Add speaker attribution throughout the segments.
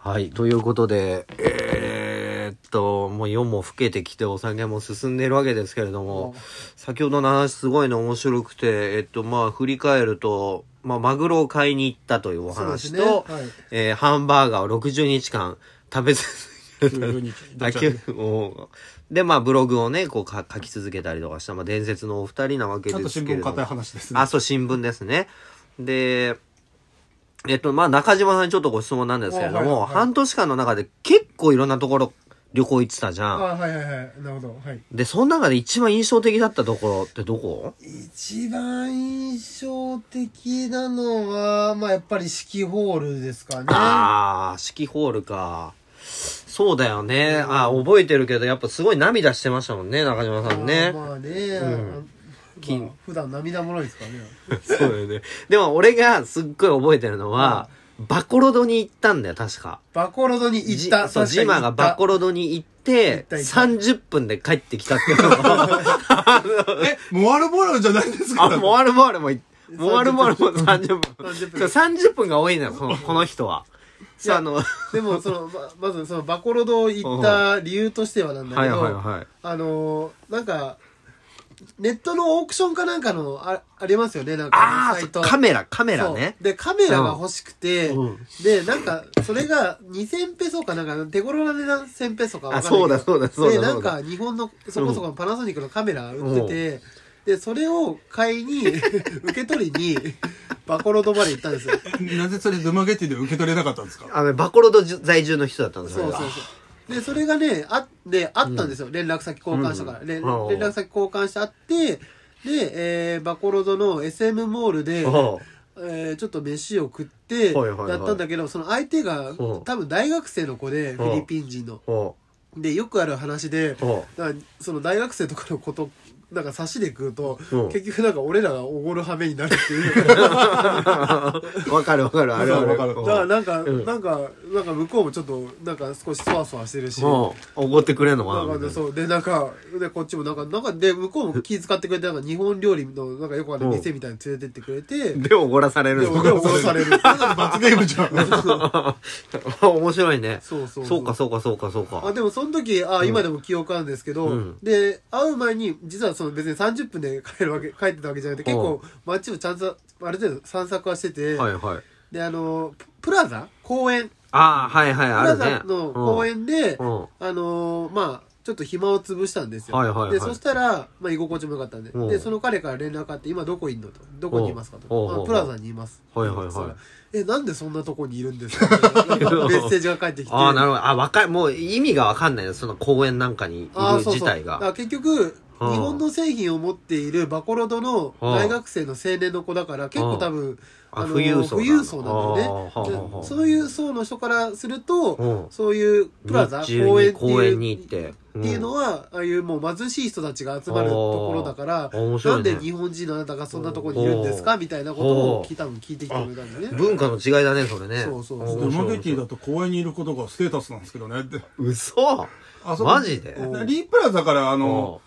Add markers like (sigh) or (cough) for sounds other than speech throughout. Speaker 1: はい。ということで、えーっと、もう夜も更けてきてお酒も進んでいるわけですけれども、先ほどの話すごいの面白くて、えっと、まあ、振り返ると、まあ、マグロを買いに行ったというお話と、
Speaker 2: そうですねはい
Speaker 1: えーハンバーガーを60日間食べ続けた。
Speaker 2: 90日
Speaker 1: あ9もうで、まあ、ブログをね、こうか書き続けたりとかした、まあ、伝説のお二人なわけ
Speaker 2: ちゃん
Speaker 1: で
Speaker 2: と
Speaker 1: す
Speaker 2: 新
Speaker 1: けれ
Speaker 2: 聞
Speaker 1: ども。
Speaker 2: 硬い話ですね
Speaker 1: あ、そう、新聞ですね。で、えっと、まあ、中島さんにちょっとご質問なんですけれど
Speaker 2: あはいは
Speaker 1: も、
Speaker 2: いはい
Speaker 1: 半年間の中で結構いろんなところ旅行行ってたじ
Speaker 2: あ
Speaker 1: ゃん。
Speaker 2: はいはいはいなるほどはい
Speaker 1: で、その中で一番印象的だったところってどこ
Speaker 2: 一番印象的なのはまあやっぱり四季ホールですかね
Speaker 1: ああ、四季ホールか。そうだよね。あー覚えてるけど、やっぱすごい涙してましたもんね、中島さんね。
Speaker 2: まあね、
Speaker 1: 金
Speaker 2: まあ普段涙もろいですから
Speaker 1: (laughs)
Speaker 2: ね
Speaker 1: そうだよね。でも俺がすっごい覚えてるのは、バコロドに行ったんだよ、確か。
Speaker 2: バコロドに行った
Speaker 1: そう、ジマがバコ
Speaker 2: ロ
Speaker 1: ロドに行って、
Speaker 2: た行った
Speaker 1: 30分で帰ってきたって
Speaker 2: (laughs)
Speaker 1: いうのもあの
Speaker 3: え、モアルボールじゃないですか
Speaker 1: あ、モアルモアルもい、モアルモアルも30分。
Speaker 2: 30分
Speaker 1: そう30分が多いのよ、このこの人は。そう、あの、はい
Speaker 2: でもそのままずそのバコロド行った理由としてはなんだ
Speaker 1: は
Speaker 2: け
Speaker 1: い
Speaker 2: ど、
Speaker 1: は
Speaker 2: あのーなんかネットのオークションかなんかのあありますよねなん
Speaker 1: い。あ
Speaker 2: かサイ
Speaker 1: あ、
Speaker 2: ト
Speaker 1: カメラ、カメラね
Speaker 2: そ。うでカメラが欲しくて、
Speaker 1: うんう
Speaker 2: でなんかそれが2000ペソかなんか手頃な値段1000ペソかわかんないけど
Speaker 1: あそうだそうだそうだ
Speaker 2: で
Speaker 1: そうだ
Speaker 2: なんか日本のそこそこのパナソニックのカメラ売ってて、でそれを買いに (laughs) 受け取りにバコロドまで行ったんですよ
Speaker 3: なぜそれドマゲティで受け取れなかったんですか
Speaker 1: あの、バコロドじゅ在住の人だったんです
Speaker 2: そうそうそうでそれがねあであったんですよ、連絡先交換したから、連連
Speaker 1: うん
Speaker 2: 絡先交換してあってで、えーバコロドの SM モールで、
Speaker 1: おう
Speaker 2: えーちょっと飯を食って
Speaker 1: はいはいはい
Speaker 2: やったんだけどその相手が
Speaker 1: うん
Speaker 2: 多分大学生の子でフィリピン人の
Speaker 1: お
Speaker 2: でよくある話で
Speaker 1: うお
Speaker 2: だからその大学生とかのことなんか差しで食うと
Speaker 1: うん
Speaker 2: 結局なんか俺らがおごる羽目になるっていう
Speaker 1: う (laughs) わかるわかる、あるある。
Speaker 3: わか
Speaker 2: (laughs) だ
Speaker 3: るわ
Speaker 2: か
Speaker 1: お
Speaker 2: ら
Speaker 1: う
Speaker 2: なんか
Speaker 1: うん
Speaker 2: なんかなんか向こうもちょっとなんか少しそわそわしてるし
Speaker 1: おう怒ってくれんの
Speaker 2: な
Speaker 1: か
Speaker 2: ん
Speaker 1: な
Speaker 2: か
Speaker 1: みた
Speaker 2: で
Speaker 1: いな
Speaker 2: そうでなんかでこっちもなんかなんかで向こうも気遣ってくれてなんか日本料理のなんかよくある店みたいに連れてってくれてで
Speaker 1: で、おごらされる
Speaker 2: で
Speaker 1: の
Speaker 2: おごされる
Speaker 3: 罰ゲームじゃん。
Speaker 1: (laughs) 面白いね。
Speaker 2: そうそうそ
Speaker 1: そ
Speaker 2: う
Speaker 1: うか、そうか、そうか、そう
Speaker 2: あ
Speaker 1: か。
Speaker 2: でもその時あ今でも記憶あるんですけど、
Speaker 1: うん
Speaker 2: で会う前に実はその別に30分で帰るわけ帰ってたわけじゃなくて結構街をちゃんとある程度散策はしてて、
Speaker 1: はいはい。
Speaker 2: であのププラザ公園
Speaker 1: ああ、はいはい、
Speaker 2: プ
Speaker 1: あ
Speaker 2: ラ
Speaker 1: るね。
Speaker 2: ザの公園で、
Speaker 1: うん。うん
Speaker 2: あのまあちょっと暇を潰したんですよ、
Speaker 1: はいはいはい
Speaker 2: でそしたら、まあ、居心地も良かったんで,、
Speaker 1: うん
Speaker 2: でその彼から連絡あって「今どこいんの?」と「どこにいますか?」
Speaker 1: おう
Speaker 2: と
Speaker 1: おう
Speaker 2: あ
Speaker 1: おう
Speaker 2: 「プラザにいます」
Speaker 1: はいはいはい
Speaker 2: そしたらえなんでそんなとこにいるんですか?」 (laughs) っていうメッセージが返ってき
Speaker 1: (laughs)
Speaker 2: て
Speaker 1: ああ、なるほど。あ、わかもう意味がわかんないよ。その公園なんかにいる
Speaker 2: あーそう
Speaker 1: 自
Speaker 2: そう
Speaker 1: 体
Speaker 2: だか
Speaker 1: が。
Speaker 2: ら結局
Speaker 1: うん
Speaker 2: 日本の製品を持っているバコロドの大学生の青年の子だから結構多分
Speaker 1: あ
Speaker 2: あの
Speaker 1: 富裕層なんだ
Speaker 2: 富裕層なんだよ
Speaker 1: あーはあはあ
Speaker 2: ね
Speaker 1: はあ
Speaker 2: でそういう層の人からする
Speaker 1: う
Speaker 2: と
Speaker 1: ん
Speaker 2: そういうプラザ
Speaker 1: 日中に
Speaker 2: 公園っていう
Speaker 1: 公園に行ってうん
Speaker 2: っていうのはああいうもう貧しい人たちが集まるところだから
Speaker 1: あー面白
Speaker 2: ないん
Speaker 1: ね
Speaker 2: で日本人のあなたがそんなところにいるんですかみたいなことを聞い多分聞いてきてくれたんでね
Speaker 1: 文化の違いだね、それね。
Speaker 2: そうそうそう
Speaker 3: ドマゲティ
Speaker 1: だ。
Speaker 3: だと公園にいることがステータスなんですけどねって。
Speaker 1: 嘘
Speaker 3: あそこ
Speaker 1: マジで
Speaker 3: リープラザから、あ
Speaker 1: お
Speaker 3: の、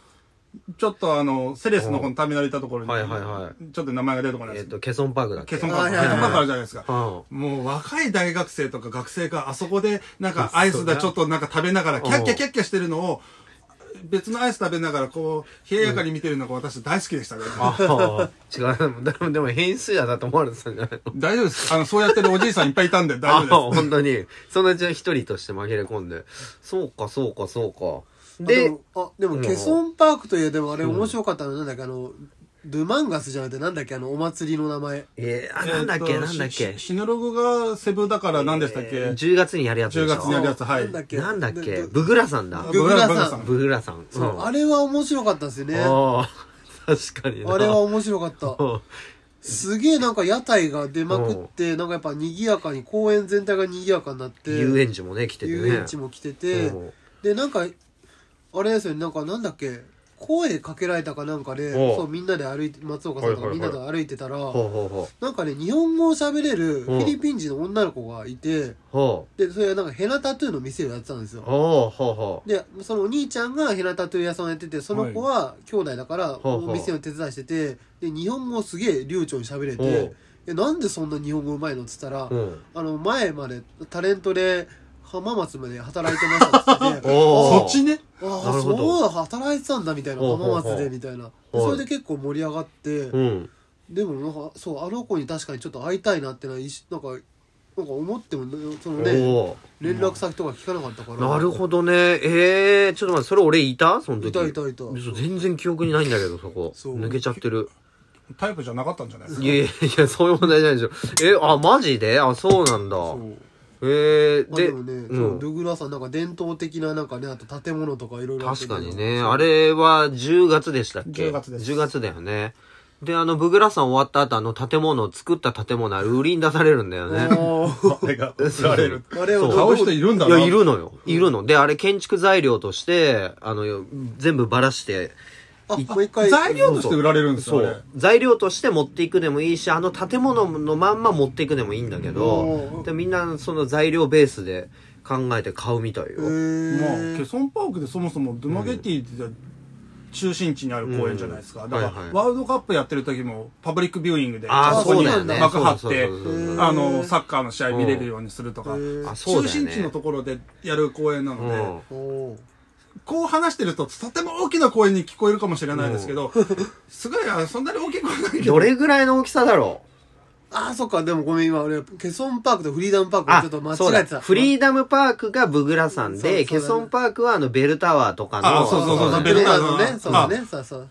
Speaker 3: ちょっとあの、セレスのこのターミナル行ったところに、
Speaker 1: はいはいはい
Speaker 3: ちょっと名前が出てこない
Speaker 1: え
Speaker 3: で
Speaker 1: っ
Speaker 3: す。
Speaker 1: と、ケソンパークだっけ
Speaker 3: ケソンパーク。
Speaker 2: はい
Speaker 3: ケ
Speaker 2: はい
Speaker 3: ソ
Speaker 2: はい
Speaker 3: ンパークあるじゃないですか。
Speaker 1: うん
Speaker 3: もう若い大学生とか学生があそこでなんかアイスだちょっとなんか食べながらキャッキャキャッキャしてるのを別のアイス食べながらこう冷ややかに見てるのが私大好きでしたね。
Speaker 1: ああ、違う。でも、でも変数やだと思われてたんじゃないの
Speaker 3: 大丈夫です。あの、そうやってるおじいさんいっぱいいたんで
Speaker 1: あ
Speaker 3: 大
Speaker 1: あ、
Speaker 3: 丈夫です。
Speaker 1: 本当に。そのうちの一人として紛れ込んで。そうか、そうか、そうか。
Speaker 2: で
Speaker 1: で、
Speaker 2: あでもケソンパークといえでもあれ面白かったのはなんだっけあのドゥマンガスじゃなくてなんだっけあのお祭りの名前
Speaker 1: えー、あ、なんだっ
Speaker 3: え
Speaker 1: け、
Speaker 3: ーと
Speaker 1: なんだっ
Speaker 3: し
Speaker 1: け
Speaker 3: し。シノログがセブだから何でしたっけ、
Speaker 1: 10月にやるやつでしょ。
Speaker 3: 10月にやるやつはい
Speaker 2: なんだっけ
Speaker 1: なんだっけ
Speaker 2: で
Speaker 1: ブグラさんだ。
Speaker 2: ググラ
Speaker 3: ブグラ
Speaker 2: さ
Speaker 3: さ
Speaker 2: ん
Speaker 3: ん
Speaker 1: ブグラさん。
Speaker 2: そううんあれは面白かったですよねあ
Speaker 1: ああ、確かにな。
Speaker 2: れは面白かった
Speaker 1: うん
Speaker 2: すげえなんか屋台が出まくってなんかやっぱ賑やかに公園全体が賑やかになって
Speaker 1: 遊園地もね、来ててね。
Speaker 2: 遊園地も来てて
Speaker 1: うん
Speaker 2: でなんかあれですよねなんかなんだっけ声かけられたかなんかで
Speaker 1: おう
Speaker 2: そうみんなで歩いて松岡さんとかみんなで歩いてたら
Speaker 1: ほうほうほ
Speaker 2: なんかね日本語を喋れるフィリピン人の女の子がいて
Speaker 1: う。ほ
Speaker 2: でそれはなんかヘナタトゥーの店をやってたんです
Speaker 1: う。
Speaker 2: よ
Speaker 1: ほうほうほう。
Speaker 2: でそのお兄ちゃんがヘナタトゥー屋さんをやっててその子は兄弟だから
Speaker 1: ほうほう
Speaker 2: お店を手伝いしててで日本語をすげえ流暢に喋れ
Speaker 1: お
Speaker 2: て
Speaker 1: う
Speaker 2: えなんでそんな日本語うまいのっつったら
Speaker 1: うん
Speaker 2: あの前までタレントで浜松まで働いてましたっつって
Speaker 1: (laughs) おお
Speaker 3: そっちね。
Speaker 2: あ
Speaker 1: な
Speaker 2: あ
Speaker 1: るほど
Speaker 2: そうだ働いてたんだみたいな
Speaker 1: ほうほう
Speaker 2: 浜
Speaker 1: ほう
Speaker 2: 松でみたいなで
Speaker 1: はい
Speaker 2: それで結構盛り上がって
Speaker 1: うん
Speaker 2: でもなんかそうあの子に確かにちょっと会いたいなってのは一なんかなんか思ってもねそのね
Speaker 1: お
Speaker 2: 連絡先とか聞かなかったか
Speaker 1: お
Speaker 2: ら
Speaker 1: なるほどねええちょっと待ってそれ俺いたその時
Speaker 2: いたいたいた
Speaker 1: 嘘全然記憶にないんだけどそこ
Speaker 2: そう
Speaker 1: 抜けちゃってる
Speaker 3: タイプじゃなかったんじゃないですか
Speaker 1: いやいやいやそういう問題じゃないでしょえあマジであそうなんだ
Speaker 2: そう
Speaker 1: えー、
Speaker 2: あ
Speaker 1: で
Speaker 2: でもね、
Speaker 1: う
Speaker 2: そ
Speaker 1: ん
Speaker 2: うドゥグラさんなんか伝統的ななんかねあと建物とかいろいろ
Speaker 1: 確かに
Speaker 2: (laughs)
Speaker 1: ね。あれは10月でしたっけ
Speaker 3: 10月です
Speaker 1: 10月だよね。で、あの、ブグラさん終わった後、あの建物、作った建物は売りに出されるんだよね。
Speaker 2: おー
Speaker 3: あれが売られる。
Speaker 2: あれを
Speaker 1: そう
Speaker 2: ど
Speaker 3: 買
Speaker 2: う
Speaker 3: う人いるんだ
Speaker 1: い
Speaker 3: な。
Speaker 1: や、いるのよ。いるの。で、あれ建築材料として、あの、全部ばらして、
Speaker 2: あもう一回
Speaker 3: 材料として売られるんです
Speaker 1: そ
Speaker 3: よ、ね
Speaker 1: う。。材料として持っていくでもいいし、あの建物のまんま持っていくでもいいんだけど
Speaker 2: お、
Speaker 1: でみんなその材料ベースで考えて買うみたいよ。
Speaker 2: へ
Speaker 3: まあ、ケ
Speaker 2: ー
Speaker 3: ソンパークでそもそもドゥマゲティって中心地にある公園じゃないですか。
Speaker 1: うん
Speaker 3: だから、
Speaker 1: はいはい
Speaker 3: ワールドカップやってる時もパブリックビューイングで、
Speaker 1: あ
Speaker 2: あ
Speaker 1: あ、そうだよね。
Speaker 3: 幕張って
Speaker 1: そうそうそうそう
Speaker 2: へー
Speaker 3: あの、サッカーの試合見れるようにするとか、
Speaker 2: うん
Speaker 1: あそうだよ
Speaker 3: 中
Speaker 1: ね
Speaker 3: 心地のところでやる公園なので、
Speaker 1: うん
Speaker 2: おー
Speaker 3: こう話してると、とても大きな公園に聞こえるかもしれないですけど、すごい、あそんなに大きくはないけど、
Speaker 1: どれぐらいの大きさだろう
Speaker 2: あーそっかでもごめん今俺ケソンパークとフリーダムパーク
Speaker 1: あ
Speaker 2: ちょっと間
Speaker 1: そう
Speaker 2: 違え
Speaker 1: だ
Speaker 2: てた
Speaker 1: フリーダムパークがブグラ山で、
Speaker 2: そう
Speaker 1: ケ
Speaker 2: そうだね
Speaker 1: ソンパークはあのベルタワーとかの。
Speaker 3: あそうそうそうそう
Speaker 1: ベル
Speaker 2: ベル
Speaker 3: タ
Speaker 2: タ
Speaker 3: の
Speaker 2: のねそうだねそうそう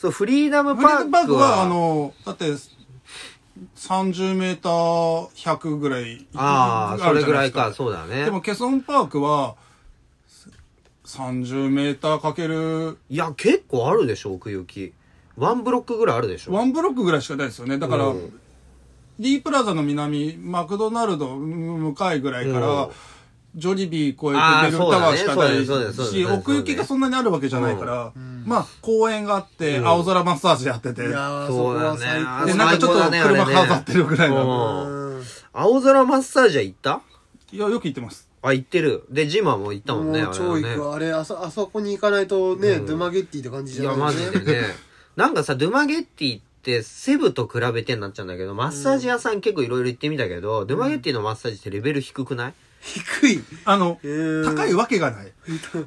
Speaker 1: そう、フリーダム
Speaker 3: フリ
Speaker 1: パ
Speaker 3: ーバ
Speaker 1: ー
Speaker 3: ー
Speaker 1: ク
Speaker 3: グは、
Speaker 1: は、
Speaker 3: あの、だって、30メーター100ぐらい。
Speaker 1: ああ、そ
Speaker 3: る
Speaker 1: れ
Speaker 3: じゃ
Speaker 1: ぐ
Speaker 3: な
Speaker 1: ら
Speaker 3: で
Speaker 1: い
Speaker 3: すか
Speaker 1: か、。そうだね
Speaker 3: で。も、ケソンパークは、30メーターかける、
Speaker 1: いや、結構あるでしょ、奥行き。ワンブロックぐらいあるでしょ。
Speaker 3: ワンブロックぐらいしかないですよね。だから、
Speaker 1: うん
Speaker 3: リープラザの南、マクドナルド向かいぐらいから、
Speaker 1: うん
Speaker 3: ジョリビー越
Speaker 1: あー
Speaker 3: えてベルタワーしかない
Speaker 1: そうだねそうだねそうだねそうだねそうだ
Speaker 3: し、
Speaker 1: ね
Speaker 3: 奥行きがそんなにあるわけじゃないから、まあ、公園があって、青空マッサージやってて、
Speaker 2: いや
Speaker 3: で、
Speaker 2: ーそ
Speaker 1: そ
Speaker 2: こ
Speaker 1: うだ
Speaker 2: は
Speaker 1: ね
Speaker 2: 最高
Speaker 1: あー
Speaker 3: なんかちょっと
Speaker 1: 最高だね
Speaker 3: 車
Speaker 1: あれね
Speaker 3: 飾ってるぐらいの。
Speaker 1: う
Speaker 2: うん
Speaker 1: 青空マッサージは行った
Speaker 3: いや、よく行ってます。
Speaker 1: あ、行ってる。で、ジムはもう行ったもんね、あ
Speaker 2: もう
Speaker 1: れ
Speaker 2: 超
Speaker 1: は
Speaker 2: 行
Speaker 1: ね。
Speaker 2: くあれあそあそこに行かないとね、ドゥマゲッティって感じ
Speaker 1: い
Speaker 2: じゃ
Speaker 1: や、
Speaker 2: ない
Speaker 1: マジでね。なんかさ、ドゥマゲッティって、セブと比べてになっちゃうんだけど、マッサージ屋さん結構いろいろ行ってみたけど、ドゥマゲッティのマッサージってレベル低くない
Speaker 2: 低い
Speaker 3: あの、
Speaker 2: へー
Speaker 3: 高いわけがない。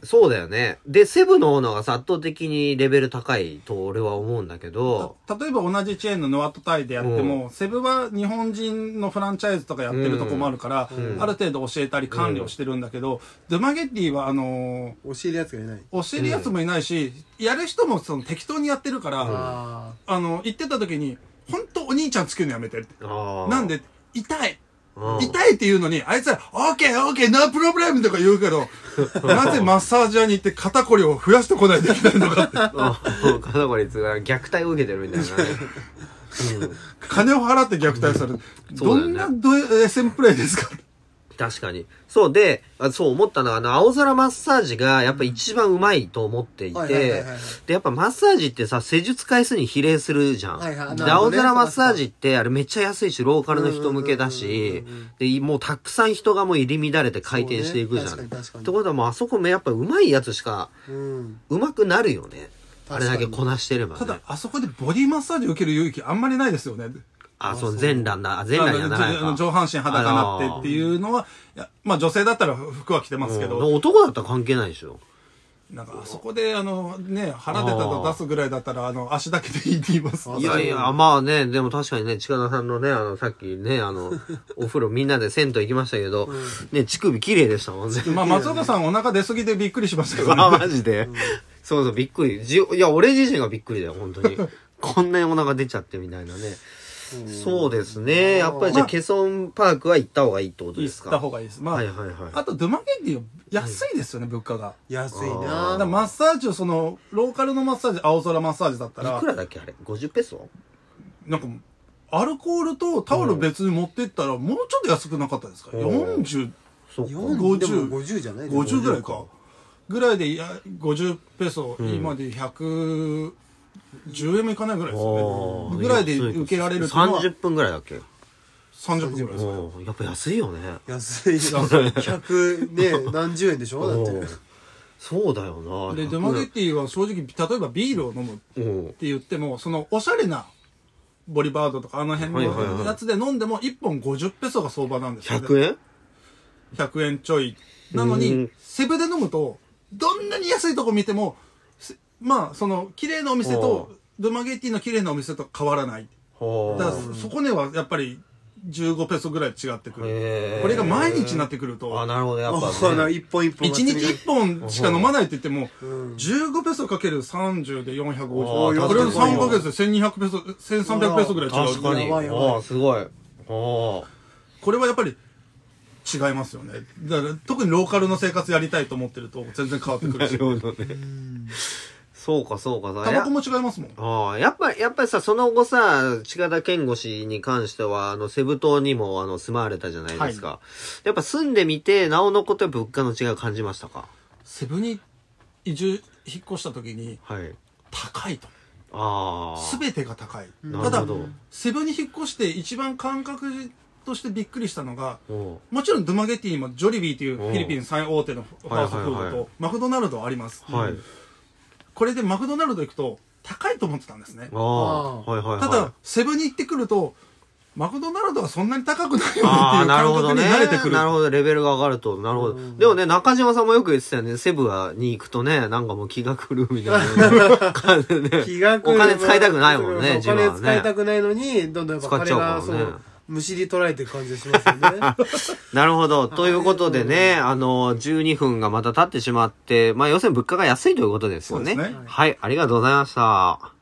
Speaker 1: そうだよね。で、セブの方のが圧倒的にレベル高いと俺は思うんだけど、
Speaker 3: た例えば同じチェーンのノアトタイでやっても、セブは日本人のフランチャイズとかやってるとこもあるから、ある程度教えたり管理をしてるんだけど、ドゥマゲッティはあの
Speaker 2: 教えるやつがいない
Speaker 3: ー教えるやつもいないし、やる人もその適当にやってるから、あ
Speaker 2: あ
Speaker 3: の、行ってた時に、本当お兄ちゃんつけるのやめてって。
Speaker 1: あー
Speaker 3: なんで、痛い。
Speaker 1: うん
Speaker 3: 痛いって言うのに、あいつら、オーケーオーケー、ノープロブレムとか言うけど、なぜマッサージ屋に行って肩こりを増やしてこないといけないのかって。
Speaker 1: あー肩こりつが虐待を受けてるみたい
Speaker 2: (laughs)
Speaker 1: なね。
Speaker 3: 金を払って虐待される。
Speaker 1: (laughs) そう
Speaker 3: ど
Speaker 1: だよ
Speaker 3: ん
Speaker 1: ね
Speaker 3: なド SM プレイですか
Speaker 1: 確かに。そうで、あそう思ったのは、あの、青空マッサージがやっぱ一番うまいと思ってい
Speaker 2: はいはいはい
Speaker 1: て
Speaker 2: はい、
Speaker 1: で、やっぱマッサージってさ、施術回数に比例するじゃん。
Speaker 2: はいはい
Speaker 1: で、
Speaker 2: なるほ
Speaker 1: 青
Speaker 2: どね
Speaker 1: 空マッサージってあれめっちゃ安いし、ローカルの人向けだし、で、もうたくさん人がもう入り乱れて回転していくじゃ
Speaker 2: そ
Speaker 1: ん。
Speaker 2: うね確かに確かに
Speaker 1: ってことはもうあそこもやっぱうまいやつしか、
Speaker 2: あうん
Speaker 1: うまくなるよね。あ
Speaker 2: 確か
Speaker 1: れ
Speaker 2: に
Speaker 1: だけこなしてれば、ね。
Speaker 3: ただ、あそこでボディマッサージ受ける勇気あんまりないですよね。
Speaker 1: あ、その全裸な、あ全裸にはならない
Speaker 3: あの
Speaker 1: か。
Speaker 3: じょ上半身裸になってっていうのは、いやまあ女性だったら服は着てますけ
Speaker 1: うん
Speaker 3: ど、
Speaker 1: 男だったら関係ないでしょ。
Speaker 3: なんかあそこで、あのね、腹出たの出すぐらいだったら、あの足だけでいいって言います。
Speaker 1: いやいや、まあね、でも確かにね、近田さんのね、あの、さっきね、あ
Speaker 3: (laughs)
Speaker 1: の、お風呂みんなで銭湯行きましたけど、ね、乳首綺麗でしたもんね。 (laughs)
Speaker 3: まあ松岡さんお腹出すぎでびっくりしましたけどね
Speaker 1: あ、マジで。そうそう、びっくり。じいや、俺自身がびっくりだよ、本当
Speaker 3: (laughs)
Speaker 1: に。こんなにお腹出ちゃってみたいなね。そうですね。やっぱりじゃあ、
Speaker 3: まあ
Speaker 1: ケソンパークは行った方がいいってこと
Speaker 3: (laughs) 行
Speaker 1: で
Speaker 3: っ
Speaker 1: すか。
Speaker 3: た方がいいです。ま
Speaker 1: は
Speaker 3: あ
Speaker 1: い、はいはい。
Speaker 3: あとドゥマゲンディは安いですよね、物価が。
Speaker 2: 安い
Speaker 3: だ
Speaker 2: な
Speaker 3: からマッサージをその、ローカルのマッサージ、青空マッサージだったら、
Speaker 1: いくらだっけあれ ?50 ペソ
Speaker 3: なんか、アルコールとタオル別に持ってったら、もうちょっと安くなかったですか、?40、
Speaker 1: そうか。
Speaker 2: 40
Speaker 3: 50
Speaker 2: でも50じゃない
Speaker 3: 50ぐらいか。ぐらいで、いや、50ペソ、今で110円もいかないぐらいですよね。ぐらいで受けられるっていうのは
Speaker 1: 30分ぐらいだっけ
Speaker 3: 30分ぐらいですよね。
Speaker 1: うんやっぱ安いよね。
Speaker 2: 安い100ね何十円でしょだって
Speaker 1: そうだよな。
Speaker 3: で、デマゲティは正直、例えばビールを飲むっ
Speaker 1: うん。
Speaker 3: て言っても、その、おしゃれな、ボリバードとかあの辺
Speaker 1: はいはいは
Speaker 3: の
Speaker 1: い
Speaker 3: やつで飲んでも1本50ペソが相場なんですよね
Speaker 1: 100円
Speaker 3: 100円ちょい。なの
Speaker 1: う
Speaker 3: に
Speaker 1: ん、
Speaker 3: セブで飲むと、どんなに安いとこ見ても、せまあ、その、綺麗なお店と
Speaker 1: お、
Speaker 3: ドマゲッティの綺麗なお店と変わらない。だから、そこねはやっぱり、15ペソぐらい違ってくる。これが毎日になってくると、
Speaker 1: あ、なるほど、やっぱ、
Speaker 2: そうな一本一本が
Speaker 3: 1日1本しか飲まないって言っても、
Speaker 2: うん
Speaker 3: 15ペソかける30で
Speaker 1: お
Speaker 3: 450。
Speaker 1: ー
Speaker 3: これを
Speaker 1: 確かに
Speaker 3: 3ヶ月で1200ペソ、1300ペソぐらい違
Speaker 1: 確か
Speaker 3: う。
Speaker 1: に。
Speaker 2: やばいやばい
Speaker 1: ああ、すごい。あ
Speaker 3: これはやっぱり違いますよね。だから特にローカルの生活やりたいと思ってると全然変わってく
Speaker 1: あ。な
Speaker 3: る
Speaker 1: る
Speaker 3: し。
Speaker 1: ほどね。そうか、そうか。
Speaker 3: タバコも違いますもん。
Speaker 1: ああ、やっぱ、やっぱりさ、その後さ、近田健吾氏に関しては、あの、セブ島にも、あの、住まわれたじゃないですか。やっぱ住んでみて、なおのことやっぱ物価の違いを感じましたか
Speaker 3: セブに移住、引っ越した時に
Speaker 1: はい。
Speaker 3: 高いと。
Speaker 1: ああ。
Speaker 3: すべてが高い。
Speaker 1: な
Speaker 3: た
Speaker 1: る
Speaker 3: だ
Speaker 1: ほ、ど。
Speaker 3: セブに引っ越して一番感覚としてびっくりしたのが、
Speaker 1: おう
Speaker 3: もちろんドゥマゲティもジョリビーというフィリピン最大手のファーストフ
Speaker 1: はいは
Speaker 3: ー
Speaker 1: いは
Speaker 3: ド
Speaker 1: い
Speaker 3: とマクドナルドあります。
Speaker 1: はい。
Speaker 3: これでマクドナルド行くと高いと思ってたんですね
Speaker 1: あ。あ。はいはいはい。
Speaker 3: ただ、セブンに行ってくると、マクドナルドはそんなに高くないよねっていう
Speaker 1: ああ、なる
Speaker 3: 感
Speaker 1: ほ
Speaker 3: 覚
Speaker 1: ど
Speaker 3: に
Speaker 1: ね。
Speaker 3: 慣れてくる。
Speaker 1: なるほど、レベルが上がると。なるほど。でもね、中島さんもよく言ってたよね。セブアに行くとね、なんかもう気が狂うみたい
Speaker 3: (laughs)
Speaker 1: な感じでね。
Speaker 2: 気が狂う
Speaker 1: お金使いたくないもんね、
Speaker 2: お
Speaker 1: 自分
Speaker 2: 金
Speaker 1: は
Speaker 2: 使いた
Speaker 1: ね。
Speaker 2: くないのに、どんどんやっぱ
Speaker 1: 使っち
Speaker 2: 金
Speaker 1: ゃう
Speaker 2: が、
Speaker 1: か
Speaker 2: そ
Speaker 1: らね
Speaker 2: う、むしり取られてる感じがしますよね。
Speaker 1: なるほど。ということでね、あの、12分がまた経ってしまって、まあ、要するに物価が安いということですよね。
Speaker 3: そうですね
Speaker 1: はい、ありがとうございました。